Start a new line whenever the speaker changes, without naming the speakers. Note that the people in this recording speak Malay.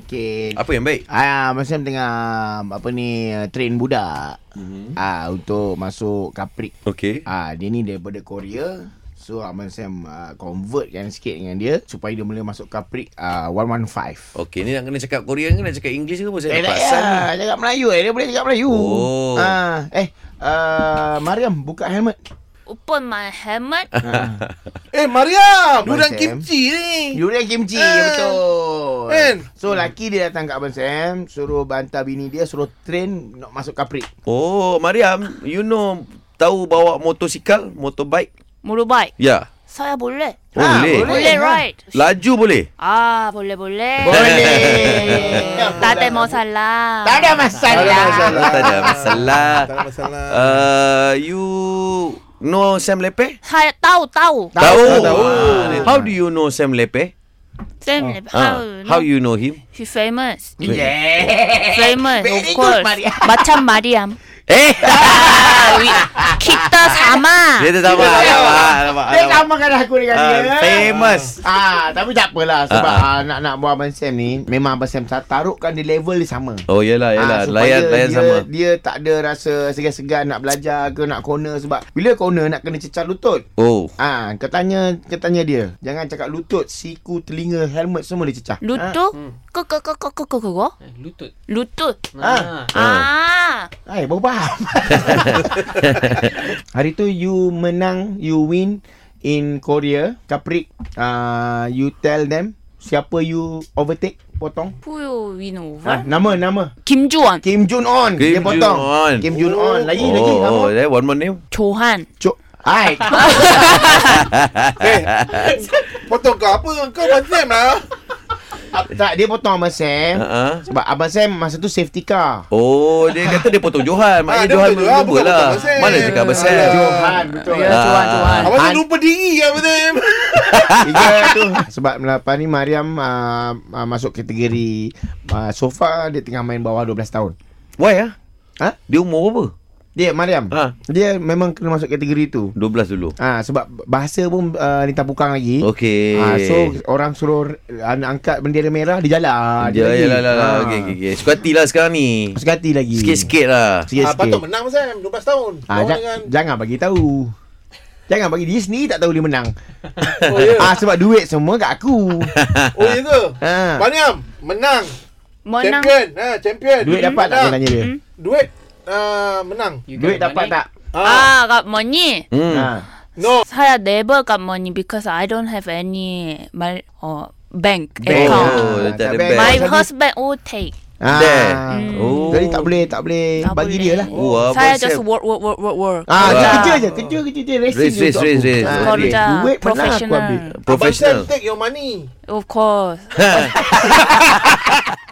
Apa yang baik?
Ah, masa saya tengah apa ni train budak.
Mhm.
Ah untuk masuk Kaprik.
Okey.
Ah dia ni daripada Korea. So Abang Sam uh, convert kan sikit dengan dia supaya dia boleh masuk Kaprik uh, 115.
Okey, ni nak kena cakap Korean ke nak cakap English ke apa saya
Eh,
tak
tak
perasan. ni.
payah. Cakap Melayu eh. Dia boleh cakap Melayu.
Oh.
Ah, eh, uh, Mariam, buka helmet.
Open my helmet.
Eh, Mariam,
Abang
durian
Sam.
kimchi ni.
Durian kimchi
Eh.
ya betul.
Kan?
So laki dia datang kat Abang Sam, suruh bantah bini dia, suruh train nak masuk kaprik.
Oh, Mariam, you know tahu bawa motosikal, motorbike?
Motorbike.
Ya.
Saya boleh.
Ah,
Boleh.
boleh.
Boleh
ha?
ride.
Laju boleh.
Ah, boleh boleh.
Boleh.
tak ada masalah.
Tak ada masalah.
Tak ada masalah.
Tak ada masalah.
Tak ada masalah.
Uh, you know Sam Lepe?
Saya tahu
Tahu.
tahu.
Tahu.
Ah, dia- How do you know Sam Lepe?
Sam,
Ah, how
no?
you know him?
She famous.
Yeah.
Famous,
Very
of
good,
course.
Mariam.
Macam Mariam.
Eh,
Kita
dia
sama.
tu
Dia
tak apa. tak apa,
sama.
tak apa,
Dia
tak apa.
sama kan aku dengan
Ah,
dia.
famous.
Ah, tapi tak apalah sebab
Ah, ah.
ah, nak nak buat Abang Sam ni memang Abang Sam tak taruhkan di level dia sama.
Oh, yelah,
Ah,
yelah.
supaya
layan, layan
dia,
sama.
Dia tak ada rasa segan-segan nak belajar ke nak corner sebab bila corner nak kena cecar lutut.
Oh.
Ah, katanya katanya dia. Jangan cakap lutut, siku, telinga, helmet semua dia cecah.
Lutut. Kok kok kok kok kok kok kok.
Eh, Lutut.
Lutut.
Ah.
Ah.
Ah.
Ah, eh, baru faham. Hari tu you menang, you win in Korea, Kaprik. Ah, you tell them siapa you overtake, potong. Ah,
Puyo Winova.
nama nama
김주원,
Kim Jun On dia
Kim
potong
Jun On.
Kim Jun On lagi
oh,
lagi nama
Oh, there one more name.
조한.
Cok Hai
Eh. Potong kau apa? Kau macam lah.
tak dia potong Abang Sam
Uh-huh.
Sebab Abang Sam masa tu safety car.
Oh, dia kata dia potong Johan. Maknanya
Ah, dia
Johan
potong
berubah
Johan, bukan
lah.
potong Sam.
Mana cakap besar.
Ah,
Johan betul.
Ya, tuan,
Ah.
tuan.
Abang
Ah, Han-
tu lupa diri kan Abang
Tiga tu. Sebab lepas ni Mariam uh, uh, masuk kategori uh, sofa dia tengah main bawah 12 tahun.
Why ah?
Ha?
Dia umur berapa?
Dia Mariam.
Ha.
Dia memang kena masuk kategori tu.
12 dulu.
Ah sebab bahasa pun uh, lintang pukang lagi.
Okey.
Ah, so orang suruh anak angkat bendera merah dia jalan.
Ya, ya, lah, lah, lah.
Ah.
Okey, okey, okey. Suka hati lah sekarang ni.
Suka hati lagi.
Sikit-sikit lah.
Sikit-sikit.
Ah, patut menang Sam 12 tahun.
Ah,
Lawan
jang,
kan.
dengan-
jangan bagi tahu. Jangan bagi dia sendiri tak tahu dia menang.
Oh ya.
ah sebab duit semua kat aku.
Oh ya ke?
Ha.
Mariam menang.
뭐랑
Champion. Ha, champion.
Duit dapat lah tak
Menang.
aku tanya dia?
Hmm.
Duit ah, menang.
You
Duit
got
dapat
money?
tak?
Ah.
아, got money.
Hmm.
Ha.
No.
사야 never got money because I don't have any my uh, bank,
Bank.
account.
Oh, dia tak ada
bank.
My
Jadi-
husband all take.
Ah.
There.
Oh.
Jadi tak boleh tak boleh
Tak
bagi
boleh.
dia lah.
Oh, ah,
saya
Abang
just
Sam.
work work work work work. 그러니까
Ah,
Wah.
kerja je, kerja kerja je racing
Race,
je
race,
untuk
race,
aku.
race.
Ah,
Korang
duit.
dah
Duit pernah aku
뭐.
professional.
ambil.
Abang Sam
Professional.
take your money.
Of course.
Ha.